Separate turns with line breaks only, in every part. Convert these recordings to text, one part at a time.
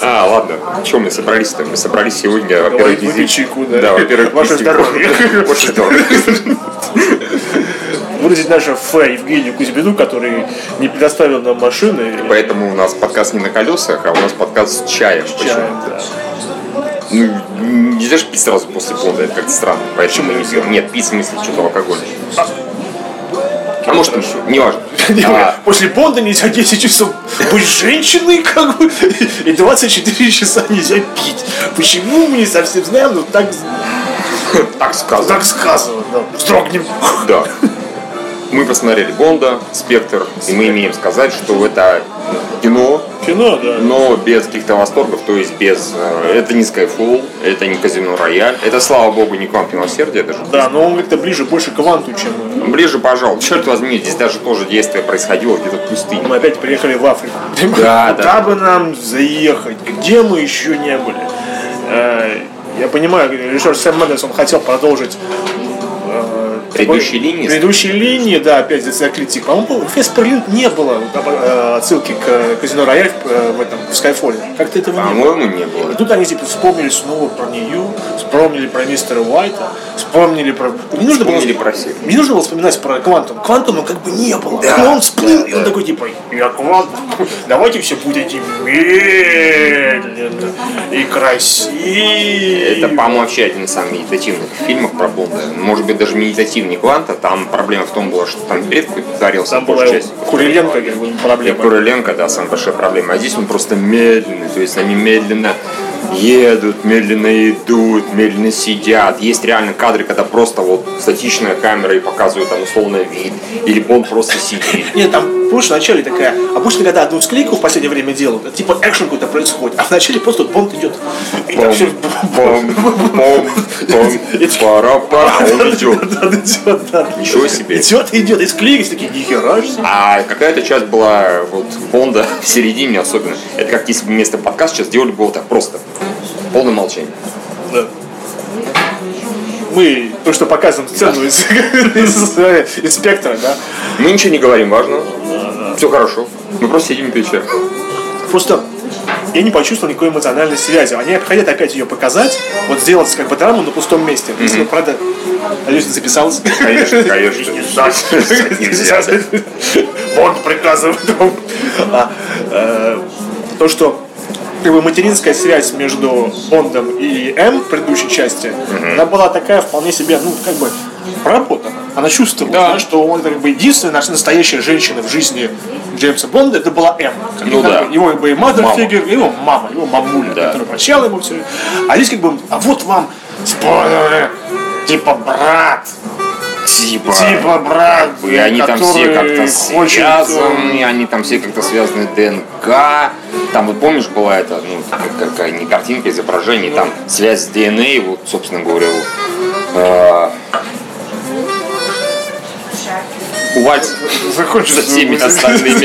А, ладно, чем мы собрались-то? Мы собрались сегодня, во-первых,
выпить
визит-
чайку, да.
во-первых,
Ваше
визит-
здоровье.
Ваше здоровье.
Выразить наше фэ Евгению Кузьмину, который не предоставил нам машины.
Поэтому у нас подкаст не на колесах, а у нас подкаст с чаем.
и чаем, да.
Ну, нельзя же пить сразу после плода, это как-то странно. Поэтому мы не пьем. Нет, пить в смысле что-то алкоголь. А может, не важно.
А После Бонда нельзя 10 часов быть женщиной, как бы, и 24 часа нельзя пить. Почему, мы не совсем знаем, но так,
Так сказано.
так сказано. Да. Вздрогнем.
Да. Мы посмотрели Бонда, Спектр, и мы имеем сказать, что это кино,
Кино, да.
но без каких-то восторгов, то есть без... э, это не Skyfall, это не Казино Рояль, это, слава богу, не Квант Милосердия даже.
Да, но он как-то ближе, больше к Ванту, чем... э,
Ближе, пожалуй. Черт возьми, здесь даже тоже действие происходило где-то в пустыне.
Мы опять приехали в Африку.
Да,
Куда бы нам заехать? Где мы еще не были? Э, Я понимаю, режиссер Сэм Мендельс, он хотел продолжить э,
Предыдущие
такой-
линии?
Предыдущие линии, да, опять здесь критик. По-моему, в Фесперлин не было э, отсылки к э, Казино Рояль в, э, в этом, в Скайфоле. Как-то этого не было.
По-моему, не было.
И тут они типа вспомнили снова про нее, вспомнили про мистера Уайта, вспомнили про... Не нужно
Вспомнили
было...
про всех.
Не нужно было вспоминать про Квантум. Квантума как бы не было.
Да,
но он всплыл,
да,
и он
да.
такой типа, я Квантум, давайте все будете медленно и красиво.
Это, по-моему, вообще один из самых медитативных фильмов про Бонда. Может быть, даже медитативнее Кванта. Там проблема в том была, что там бред какой-то творился.
Там
в
была
большей части.
Куриленко, как бы,
Для
проблема.
Куриленко, да, самая большая проблема. А здесь он просто медленный, то есть они медленно едут, медленно идут, медленно сидят. Есть реально кадры, когда просто вот статичная камера и показывает там условно вид, или Бонд просто сидит.
Нет, там помнишь, в начале такая, обычно когда одну склейку в последнее время делают, это типа экшен какой-то происходит, а вначале просто вот бомб идет. И там
Бом,
все
бом, бом, бом, пара-пара, он идет.
идет, да.
Ничего себе.
Идет и идет, и склеились такие, нихера ж себе».
А какая-то часть была вот Бонда в середине особенно. Это как если бы вместо подкаста сейчас делали было так просто. Полное молчание.
Да. Мы то, что показываем сцену из, из, э, из спектра, да.
Мы ничего не говорим важного. Все хорошо. Мы просто сидим и печем.
Просто я не почувствовал никакой эмоциональной связи. Они хотят опять ее показать, вот сделать как бы драму на пустом месте. Если бы, правда, Алюсин записался.
Конечно, конечно. Нельзя.
Бонд приказывает вам. А, э, То, что как бы материнская связь между Бондом и М в предыдущей части, она была такая вполне себе, ну, как бы проработана. Она чувствовала,
Да.
да, что он как бы единственная наша настоящая женщина в жизни Джеймса Бонда, это была М. Как
Ну
бы,
да.
Его как бы и mother
Мама.
figure, его мама, его мамуля,
Да.
которая прощала ему все. А здесь как бы, а вот вам спойлеры, типа брат,
Типа.
типа брат,
И они там все
который
как-то
хочет,
связаны, они там все как-то связаны ДНК. Там, вот помнишь, была эта, ну, как- какая не картинка, изображение, там связь с ДНК, вот, собственно говоря, у, э, у Вальца
э, Закончится.
со всеми остальными.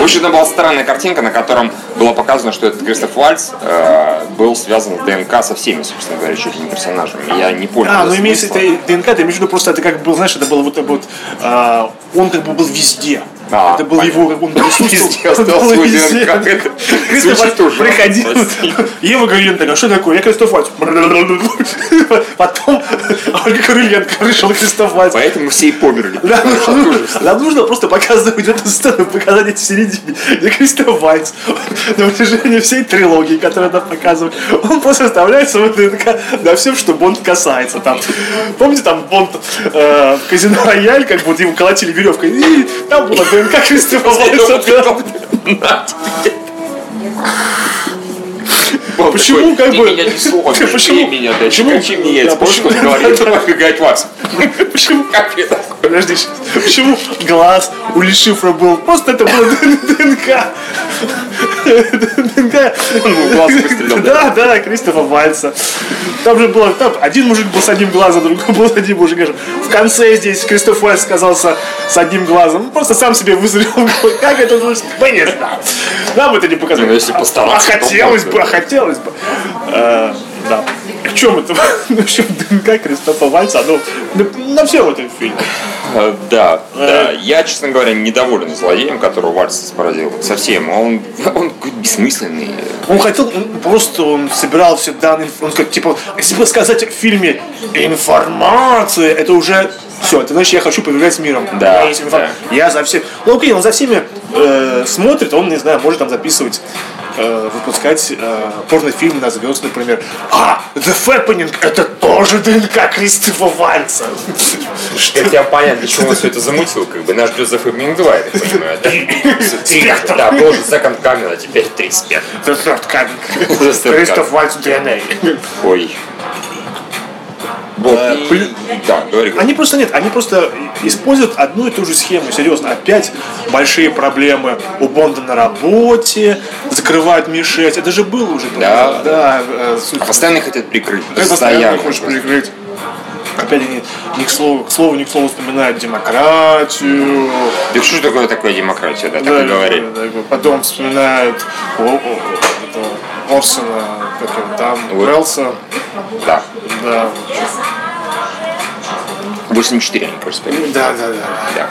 В общем, это была странная картинка, на котором было показано, что этот Кристоф Вальц э, был связан с ДНК со всеми, собственно говоря, чуть ли не персонажами. Я не понял.
А,
этого
ну имеется
смысла.
это ДНК, ты имеешь в виду просто это как был, знаешь, это было вот, вот а, он как бы был везде.
А,
это был
понятно.
его, как он присутствовал.
Везде остался
он был
свой
везде.
ДНК. Это
Кристоф
звучит
Вальц
ужасно,
приходил.
прости.
Ева Гавриленко, а что такое? Я Кристоф Вальц. Потом Ольга Гавриленко вышел Кристоф Вальц.
Поэтому все и померли.
Нам
Потому что
нужно,
тоже
нам нужно просто показывать эту сцену, показать эти в середине, где Кристоф Вальц на протяжении всей трилогии, которую она показывает, он просто оставляет свою ДНК на всем, что Бонд касается. Там. Помните, там Бонд э, в казино Рояль, как будто его колотили веревкой, и там была ДНК Кристофа Вальца.
Бог
Почему,
такой,
как
«Ты
бы-
меня не сломишь,
Почему?
бей меня, да,
Почему?
щекочи мне яйца».
Да,
Помнишь,
почему?
как говорит,
Да, да.
«Выгать вас».
Почему?
Как это?
Подожди, щас. почему глаз у Лешифра был? Просто это было ДНК. ДНК.
в глаз выстрелил,
Да, да, Кристофа Вальца. Там же было, там один мужик был с одним глазом, другой был с одним мужиком. В конце здесь Кристоф Вальц сказался с одним глазом. Он просто сам себе вызрел. Как это может? Мы не знаем. Нам это не показали.
Ну, если
А-
постараться,
А
то
хотелось
можно.
бы, а хотелось бы. Э, Да. К чем это? Ну, в общем, ДНК Кристофа Вальца, ну, на, на всем этом фильме.
Э, Да, да. Я, честно говоря, недоволен злодеем, которого Вальс поразил. Совсем. А Он, он какой-то бессмысленный.
Он хотел, он просто он собирал все данные, он как, типа, если бы сказать в фильме информация, это уже все, это значит, я хочу появляться с миром.
Да,
Я есть инфор- Я за все. Ну, окей, он за всеми э, смотрит, он, не знаю, может там записывать, э, выпускать э, порнофильмы на звезд, например. А, The Fappening, это тоже ДНК Кристофа Вальца. Что?
Хотя понятно, для чего он все это замутил. Как бы наш Джозеф Эбнинг 2, я так понимаю. да?
Спектр.
Да, был же Second Coming, а теперь 35.
The Third
The
Coming.
Third
Кристоф
Coming.
Вальц DNA.
Ой. Вот,
Э,
и-
плю-
Да, говори. говори.
Они просто нет, они просто используют одну и ту же схему, серьезно. Опять большие проблемы у Бонда на работе, закрывают Ми-6. Это же было уже.
Да.
да. э, суть.
А Постоянно хотят прикрыть.
Ты
Постоянно.
постоянно хочешь прикрыть. Опять они ни к слову, к слову, ни к слову вспоминают демократию.
Да что ж такое такое демократия, да, так и говори.
да, да. потом вспоминают О- О- этого Орсона, как его там,
Вот.
Уэллса.
Да.
Да.
84 они просто прикрыли.
да, да, да.
Да.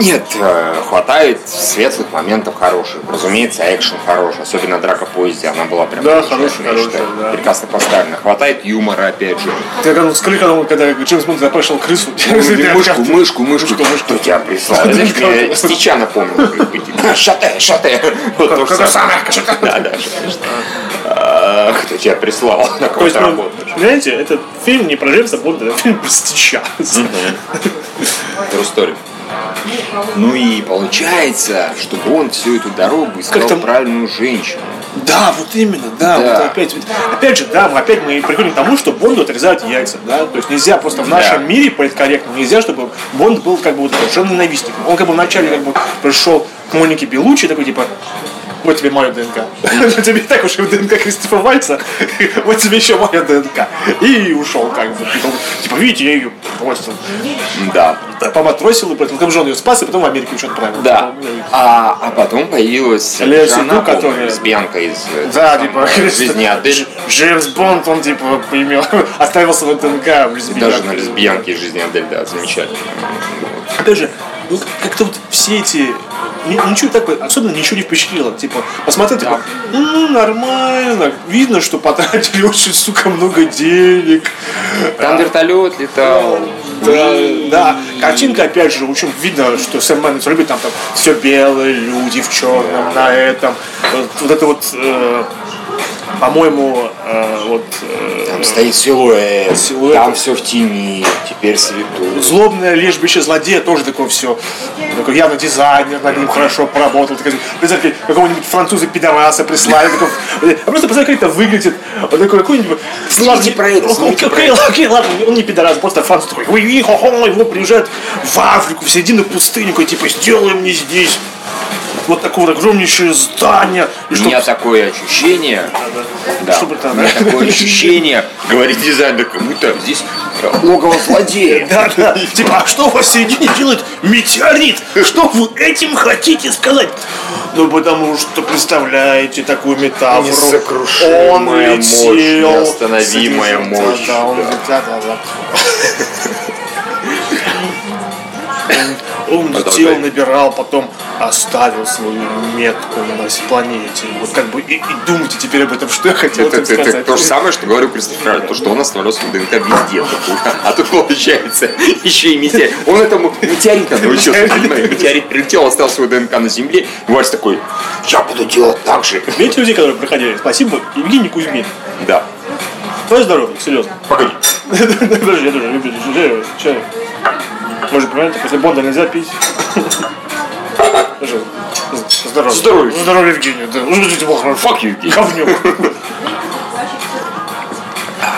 Нет, э, хватает светлых моментов хороших. Разумеется, экшен хороший, особенно драка в поезде, она была прям
Да,
замечательная,
хорошая,
я
хорошая,
считаю.
да.
прекрасно поставлена. Хватает юмора, опять же.
Ты когда он скажи, когда он, когда Джеймс Бонд запрашивал крысу.
Мышку, мышку, мышку,
Мышку, мышку.
Кто тебя прислал? Я, Знаешь, мне Стича напомнил. Шатэ, шатэ. Вот то же
как-то
самое. Да, да, шатэ, шатэ. А, Кто тебя прислал? На
То
кого
есть,
ты
ну,
работаешь?
понимаете, этот фильм не про Джеймса Бонда, это фильм про Стича.
True story. Ну и получается, что он всю эту дорогу искал
Как-то-
правильную женщину.
Да, вот именно, да,
Да.
вот опять, вот- опять же, да, мы опять мы приходим к тому, что Бонду отрезают яйца, да, то есть нельзя просто в
Да.
нашем мире политкорректно, нельзя, чтобы Бонд был как бы вот совершенно ненавистником. Он как бы вначале как бы пришел к Монике Белучи, такой типа, вот тебе моя ДНК. Вот тебе и так уж и ДНК Кристофа Вальца, вот тебе еще моя ДНК. И ушел как бы. Типа, видите, я ее бросил.
Да.
Да, Поматросил и поэтому там же он ее спас, и потом в Америку еще отправил.
Да. А, а потом появилась
Лея
Жана
Сиду,
Бон,
которая-
лесбиянка из э,
Да,
там,
типа,
э, жизни отель.
Джеймс Бонд, он типа поимел, оставился на ДНК в лесбиянке.
Даже на лесбиянке из жизни Адель, да, замечательно.
Опять же, ну, как-то вот все эти ни- ничего такое, особенно ничего не впечатлило. Типа, посмотрел, типа, ну, нормально, видно, что потратили очень, сука, много денег.
Там вертолет летал.
Да, да. картинка, опять же, в общем, видно, что Сэм Мэнс любит там, там все белое, люди в черном, на этом. Вот, вот это вот, э, по-моему, э, вот э,
Там стоит силуэт,
Силуэт.
там все в тени, теперь свету.
злобное лишь бы еще злодея тоже такое все. Такой явно дизайнер над ним хорошо поработал. Такой, представь, как какого-нибудь француза пидораса прислали. такой, а просто представь, как это выглядит. Он такой какой-нибудь...
Снимите
Ладно,
про это,
окей,
снимите про
окей, окей, ладно, он не пидорас, просто француз такой, уи уи хо хо его приезжают в Африку, в середину пустыни, такой, типа, сделай мне здесь вот такое вот огромнейшее здание. И
У
чтоб-
меня такое ощущение, да,
Чтобы там,
у меня
да.
такое ощущение, говорит дизайнер, как будто здесь логово злодея.
Да, да. Типа, а что у вас в середине делает метеорит? Что вы этим хотите сказать? Ну, потому что, представляете, такую метафору.
Несокрушимая
Он
мощь,
летел.
неостановимая мощь,
Да, он
да.
летел, да, да. Он
Продолжай.
летел, набирал, потом оставил свою метку на нашей планете. Вот как бы и, и думайте теперь об этом, что я хотел
Это, это-
этим
это
сказать.
то же самое, что говорил Кристофер Робин, то, что он остановился в ДНК везде. А тут получается еще и метеорит. Он этому метеоритом научился, понимаешь? Метеорит прилетел, оставил свою ДНК на земле. И Вася такой, я буду делать так же.
Видите людей, которые проходили? Спасибо, Евгений Кузьмин.
Да.
Твое здоровье, серьезно.
Погоди.
Подожди, я тоже люблю чай. чай. Может, понимаете, после Бонда нельзя пить. Даже Здоровье.
Здоровье.
Здоровье Евгению, да. Ну, ждите, бог, хорошо.
Fuck you, Евгений.
Говнюк.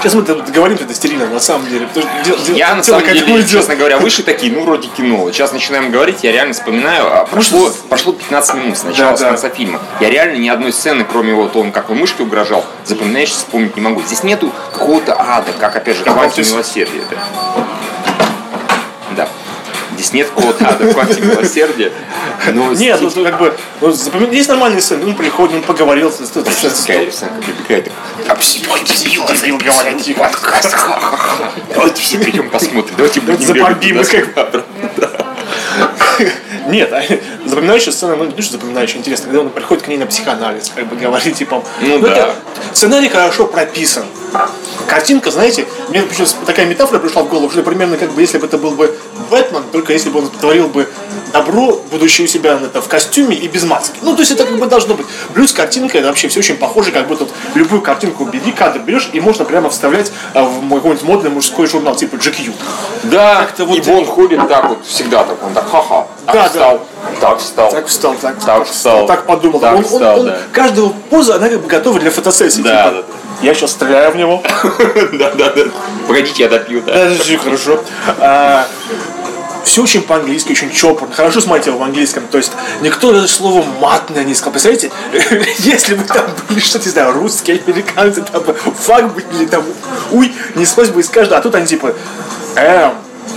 Сейчас мы тут говорим это стерильно, на самом деле. Потому что де- де-
Я, на
тело
самом
к этому
деле,
идет.
честно говоря, выше такие, ну, вроде кино. Сейчас начинаем говорить, я реально вспоминаю, а прошло, прошло 15 минут с начала
Да,
с
да.
конца фильма. Я реально ни одной сцены, кроме вот он, как он мышке угрожал, запоминаешь, вспомнить не могу. Здесь нету какого-то ада, как, опять же,
Как
хватит
Баптист.
милосердия. Да. Да. здесь нет кого-то адеквате милосердия. Но
Нет, ну
здесь-
как бы, ну, запомни- есть нормальные сцены, он приходит, он поговорил. с- с- с- с-
Такая рисунка прибегает. «А
Говорил, говорил, типа,
Давайте все придем посмотрим. Давайте будем
Запомним,
бегать
как-
туда-сюда».
Нет, а, запоминающая сцена, ну, не то, что запоминающая, интересно, когда он приходит к ней на психоанализ, как бы говорит, типа...
Ну да.
это- сценарий хорошо прописан. Картинка, знаете, мне почему такая метафора пришла в голову, что примерно как бы, если бы это был бы Бэтмен, только если бы он творил бы добро, будучи у себя это, в костюме и без маски. Ну, то есть это как бы должно быть. Плюс картинка, это вообще все очень похоже, как будто вот любую картинку бери, кадр берешь, и можно прямо вставлять а, в мой какой-нибудь модный мужской журнал, типа GQ.
Да,
Как-то вот-
и он ходит так вот, всегда так, он так, ха-ха, так
Да, да.
встал, так встал.
Так встал, так,
Так встал.
Так подумал.
Так
он, он-
встал,
он-
да.
Каждая поза, она как бы готова для фотосессии.
Да,
типа, Я сейчас стреляю в него.
Да, да, да. Погодите, я допью, да.
Подожди, Э, хорошо. все очень по-английски, очень чопорно. Хорошо смотрите в английском. То есть никто даже слово матное не сказал. Представляете, если бы там были что-то, не знаю, русские, американцы, там бы фак бы или там уй, неслось бы из каждого. А тут они типа M.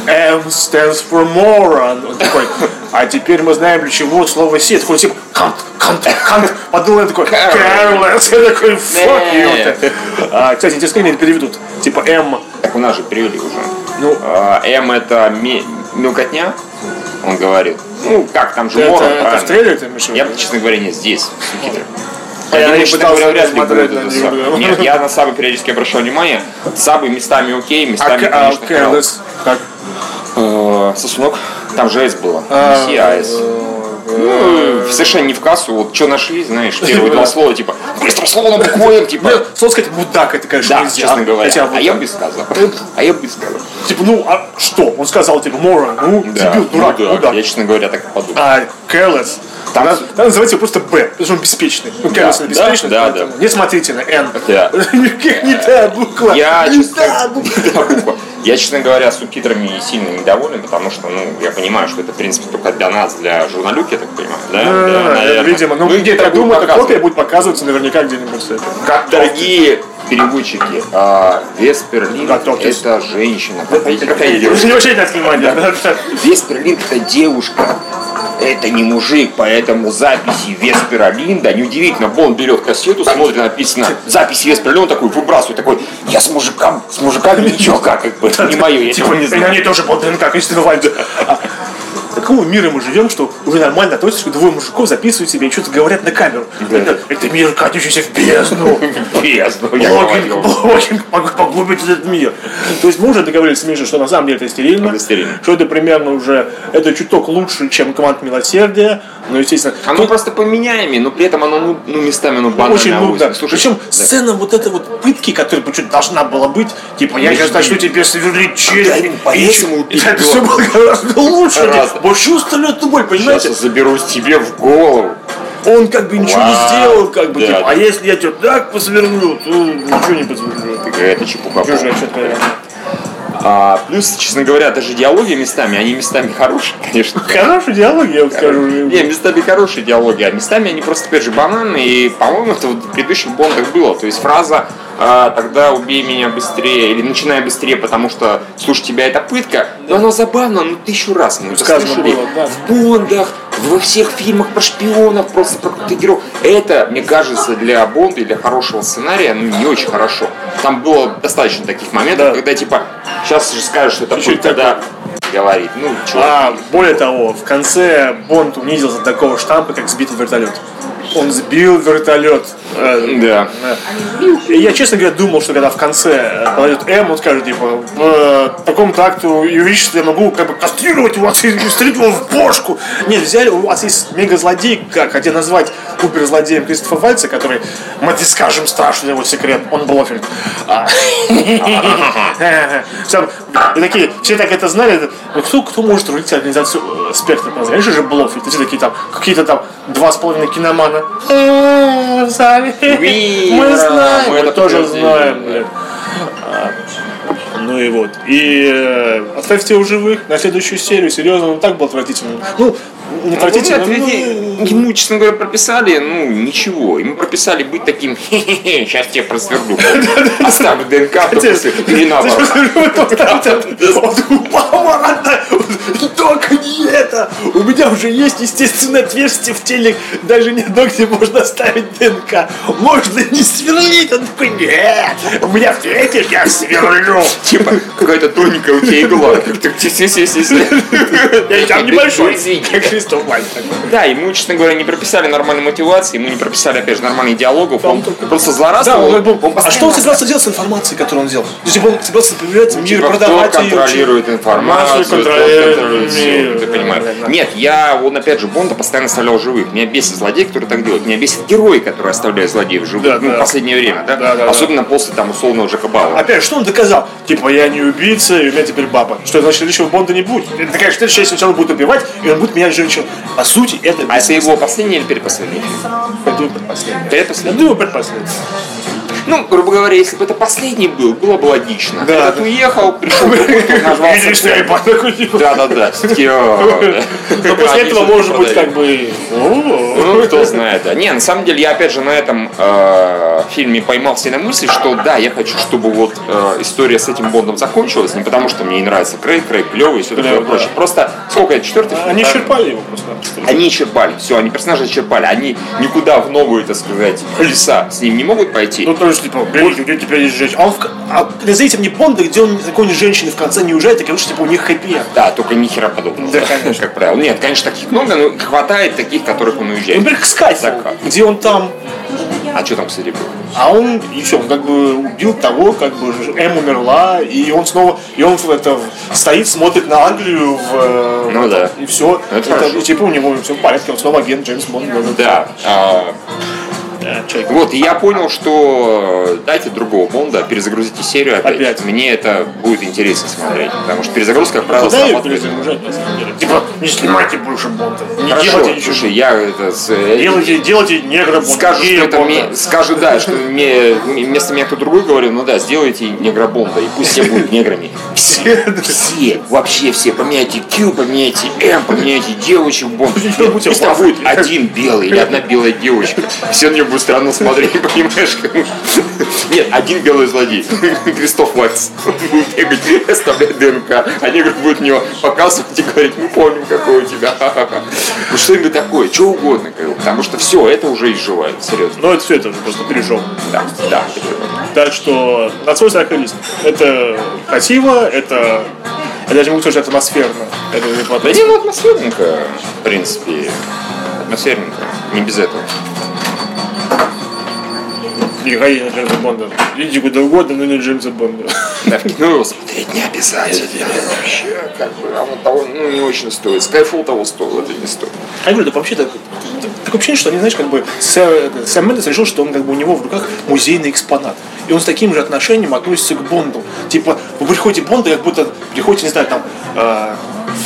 M stands for moron. Он такой, а теперь мы знаем, для чего слово си. Такой типа, кант, кант, кант. Подумал, я такой, careless. Я такой, fuck you. А, Кстати, интересно, как они это переведут. Типа M
Так у нас же привели уже.
Ну.
А, М это ми- мелкотня, он говорит. Ну, как там же
Это-
мором,
это
правильно?
в трейлере ты имеешь в виду?
Я, бы, честно говоря, нет, здесь, в Сукитре.
А Я
Я
не
думаю, что
пытался
говоря, вряд ли
смотреть
будет
на
это
него,
саб.
да.
Нет, я на сабы периодически обращал внимание. Сабы местами окей,
А
местами,
к- а,
конечно, хрен.
careless, как?
Э, Сосунок, там же айс было.
А,
Неси айс. Ну, э, совершенно не в кассу. Вот что нашли, знаешь, первые два слова, типа, быстро слово на букву «М», типа.
Нет, Слово сказать мудак, это, конечно,
Да,
нельзя.
честно говоря.
Хотя,
А я бы сказал. А я бы сказал.
типа, ну, а что? Он сказал, типа, мора, ну,
Да,
дебил, дурак,
ну да,
мудак.
Я, честно говоря, так и подумал.
А careless,
Там-
надо, надо называть его просто Б, потому что он беспечный. Ну, careless,
Да,
он беспечный,
да,
поэтому не смотрите на N.
Да.
Никак не та буква.
Я,
А, не
честно,
та буква.
Да, буква. я, честно говоря, субтитрами сильно недоволен, потому что, ну, я понимаю, что это, в принципе, только для нас, для журналюки, я так понимаю. Да, да,
Да,
наверное.
Видимо, ну, я
будет
думаю, эта
показано.
копия будет показываться наверняка где-нибудь. это.
Как дорогие переводчики, а, Весперлин
Готовьтесь.
это женщина. Посмотрите, какая девушка.
Не обращайте на это внимания. Да.
Весперлин это девушка. Это не мужик, поэтому записи Весперлинда, неудивительно, Бон берет кассету, смотрит, написано запись Весперлинда, он такой выбрасывает, такой, я с мужиком, с мужиками ничего, как, как бы, это не мое, я
Типа,
этого не
и
знаю.
они тоже под ДНК, конечно, бывает. А Какого мира мы живем, что уже нормально относятся, что двое мужиков записывают себя и что-то говорят на камеру.
Да.
Это, это мир, катящийся в бездну.
Бездну, ну, я
Блогинг,
говорю.
блогинг пог- поглубит этот мир. То есть мы уже договорились с Мишей, что на самом деле это стерильно.
Это стерильно.
Что это примерно уже, это чуток лучше, чем команд милосердия. Но, естественно,
Оно А ну, просто поменяемое, но при этом оно, ну, ну, местами, оно банально.
очень нудно.
узкое. Слушай,
Причем
да.
сцена вот этой вот пытки, которая почему-то должна была быть, типа, я
Ну,
сейчас
блин.
начну тебе сверлить
Да,
череп.
блин, поэтому
И
убить
Это
его.
все было гораздо лучше.
Гораздо.
Больше устроил эту боль,
Сейчас
понимаете?
я заберусь тебе в голову.
Он как бы ничего не
Вау.
сделал, как бы,
Да,
типа,
да.
а если я тебя так посверлю, то ничего не посверлю.
Это чепуха.
Чё же я чё-то-
А, плюс, честно говоря, даже диалоги местами, они местами хорошие, конечно.
Хороший диалог, я вам скажу.
Не, местами хорошие диалоги, а местами они просто, опять же, бананы, и, по-моему, это вот в предыдущих бондах было. То есть фраза а, «тогда убей меня быстрее» или «начинай быстрее, потому что, слушай, тебя это пытка», но оно забавно, ну, тысячу раз мы это
Сказано
слышали.
было, да.
В бондах, во всех фильмах про шпионов, просто про каких-то героев. Это, мне кажется, для Бонда и для хорошего сценария, ну, не очень хорошо. Там было достаточно таких моментов,
Да.
когда, типа, сейчас же скажешь, что это
Чуть-чуть
пытка, да, говорит, ну, чувак,
А, более того, в конце Бонд унизился до такого штампа, как сбитый вертолет. Он сбил вертолет. Э,
Да.
И Я, честно говоря, думал, что когда в конце э, подойдет М, он скажет, типа, в э, таком-то акту юридически я могу как бы кастрировать вас и стрелять его в бошку. Нет, взяли, у вас есть мега-злодей, как хотя назвать убер-злодеем Кристофа Вальца, который, мы тебе скажем страшный его секрет, он Блофельд. А. Сам- И такие, все так это знали, ну кто, кто может рулить организацию э, спектра? Конечно же, Блофельд. И все такие там, какие-то там два с половиной киномана. Э, в зале.
Уи,
Мы
ура,
знаем,
мы
мы
это
тоже
подтвердили,
знаем,
да.
блин. А, Ну и вот. И э, оставьте его в живых на следующую серию. Серьезно, он так был отвратительным. Ну, не отвратительным.
Ну, отведи- Ему, честно говоря, прописали, ну, ничего. Ему прописали быть таким, хе-хе-хе, сейчас тебя просверну. Оставь ДНК,
ну,
допустим, или наоборот.
Он такой, «Пау!» обратно! Только не это! У меня уже есть естественное отверстие в теле, даже не одно, где можно оставить ДНК. Можно не сверлить! Он такой, нет! У меня в третьем я сверлю!
Типа, какая-то тоненькая у тебя игла. Так, си-си-си-си-си.
Я там небольшой,
Извини.
как Христоф Вальц такой.
Да, ему, честно говоря, не прописали нормальной мотивации, ему не прописали, опять же, нормальных диалогов. Он просто
Да,
злорадствовал.
он, как бы-
Он
а что он
постоянно
собирался делать с информацией, которую он делал? Если бы он собирался появляться в мир,
Типа,
продавать
кто
ее,
контролирует информацию,
Машу
кто
контролирует ну,
контролирует
мир.
всё, ты
Да,
понимаешь.
да, да.
Нет, я, вот опять же, Бонда постоянно оставлял живых. Меня бесит злодей, который так делает. Меня бесит герои, которые оставляют злодеев живых.
Да,
ну,
да.
в последнее время, да?
Да, да, да.
Особенно после, там, условного Джека Бауэра.
Опять, что он доказал? Типа, я не убийца, и у меня теперь баба. Что, значит, следующего Бонда не будет? Это такая что следующая часть он будет убивать, и он будет менять женщину. По сути, это...
А это его последний или передпоследний?
Думаю, предпоследний. Я
Передпоследний.
думаю, предпоследний.
Ну, грубо говоря, если бы это последний был, было бы логично.
Да,
Этот
да.
уехал, пришел, какой-то, назвался.
Видишь, я и такой типа.
Да, да, да. Все-таки, о, да.
Но
Они
после этого,
всё-таки
может быть,
продают.
как бы...
Ну,
«О-о-о».
кто знает. да. Не, на самом деле, я опять же на этом э, фильме поймался на мысли, что да, я хочу, чтобы вот э, история с этим Бондом закончилась, не потому что мне не нравится Крейг, Крейг клевый и все такое
Клёвый, да. А
прочее. Просто сколько это, четвертый фильм?
Они
Да?
черпали его просто.
Они черпали, все, они персонажи черпали, они никуда в новую, так сказать, леса с ним не могут пойти.
Ну, тоже, типа, берите, где теперь есть женщина. А, он в... к- а назовите мне Бонда, где он какой-нибудь женщины в конце не уезжает, так и лучше, типа, у них хэппи энд.
Да, только ни хера подобного.
Да, конечно.
Как правило. Нет, конечно, таких много, но хватает таких, которых он уезжает.
Например, Скайфолл,
Так как?
где он там,
А что там, кстати, было?
а он, и все, он как бы убил того, как бы ж- М умерла, и он снова, и он в это в- стоит, смотрит на Англию в... э,
Ну да.
И все.
Это хорошо.
и типа у него все в порядке, он снова агент Джеймс Бонд.
Да. а,
Да, человек.
Вот, и я понял, что э, дайте другого Бонда, перезагрузите серию опять.
Опять.
Мне это будет интересно смотреть, потому что перезагрузка, как правило,
Куда ее
срабатывает.
перезагружать, на самом деле? Типа, не снимайте больше Бонда, не
Хорошо,
делайте ничего.
слушай, я это... с- э,
Делайте, делайте негра Бонда,
Скажу, что
гея
это
Бонда.
мне, скажу, да, что мне, вместо меня кто-то другой говорил, ну да, сделайте негробонда, и пусть все будут неграми.
Все, да.
Все, вообще все, поменяйте Q, поменяйте М, поменяйте девочек Бонд.
Почему у тебя
Пусть там
глаза?
будет один белый или одна белая девочка. Все на нее будет странно смотреть, понимаешь? как? Нет, один белый злодей. Кристоф Вальц будет бегать, оставлять ДНК. А негр будет него показывать и говорить, мы помним, какой у тебя. ха-ха-ха». Ну что-нибудь такое, что угодно, говорю, потому что все, это уже изживает, серьезно.
Ну, это все это уже просто пережил.
Да, да.
Так что на свой страх и риск. Это красиво, это... Я даже не могу сказать, что это атмосферно. Это типа, не
Да
хватает.
не, ну атмосферненько, в принципе. Атмосферненько, не без этого.
Не ходи на Джеймса Бонда. Идите куда угодно, но не Джеймса Бонда.
Да, в
Ну,
кино его смотреть не обязательно. Вообще, как бы, а вот того ну, не очень стоит. Skyfall того стоил, это не стоит.
А я говорю, да вообще так, такое ощущение, что они, знаешь, как бы Сэм, это, Сэм Мендес решил, что он как бы у него в руках музейный экспонат. И он с таким же отношением относится к Бонду. Типа, вы приходите Бонда, как будто приходите, не знаю, там, э,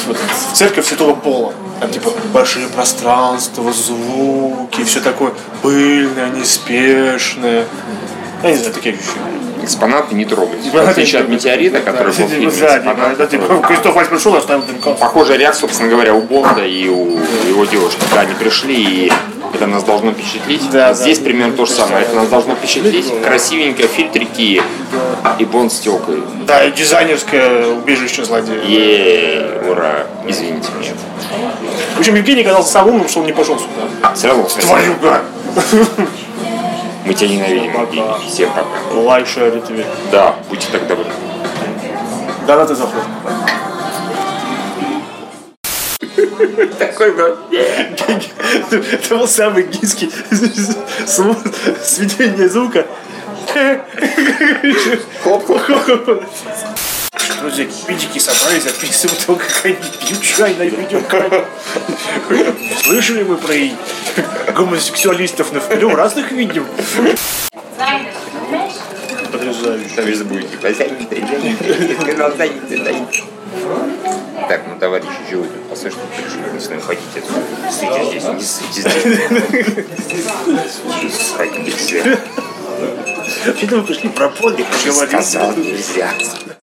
в, этот, в церковь Святого Пола. Там, типа, большие пространства, звуки, все такое пыльное, неспешное. Я не знаю, такие ощущения.
Экспонаты не трогать. В отличие от метеорита, который был в фильме. экспонат
Да, типа,
трогать.
Кристоф Вальц пришел, оставил дымка.
Похожая реакция, собственно говоря, у Бонда и у его девушки, когда они пришли, и это нас должно впечатлить.
Да,
Здесь
да.
примерно то же самое. Это нас должно впечатлить. Красивенько, фильтрики и Бонд с тёлкой.
Да, и дизайнерское убежище злодея.
Е, ура. Извините, нет.
В общем, Евгений казался самым умным, что он не пошел сюда.
Сразу
Тварюга!
мы тебя ненавидим. Евгений. Всем пока.
Лайша ретвит.
Да, будьте так добры.
Донаты заходят.
Такой был.
Это был самый низкий звук- сведение звука. Друзья, пидики собрались, записывают того, как они пьют чай на видеокамере. Слышали мы про и- гомосексуалистов на в разных видео? Подрезающе.
Там везде будет типа занято, занято, канал занят, занят. Так, ну товарищи, чего вы тут послушайте, пришли, не с нами ходите отсюда. Не Ссыте здесь, не ссыте здесь. Ссать нельзя.
Вообще-то мы пришли про подвиг поговорить.
Сказал нельзя.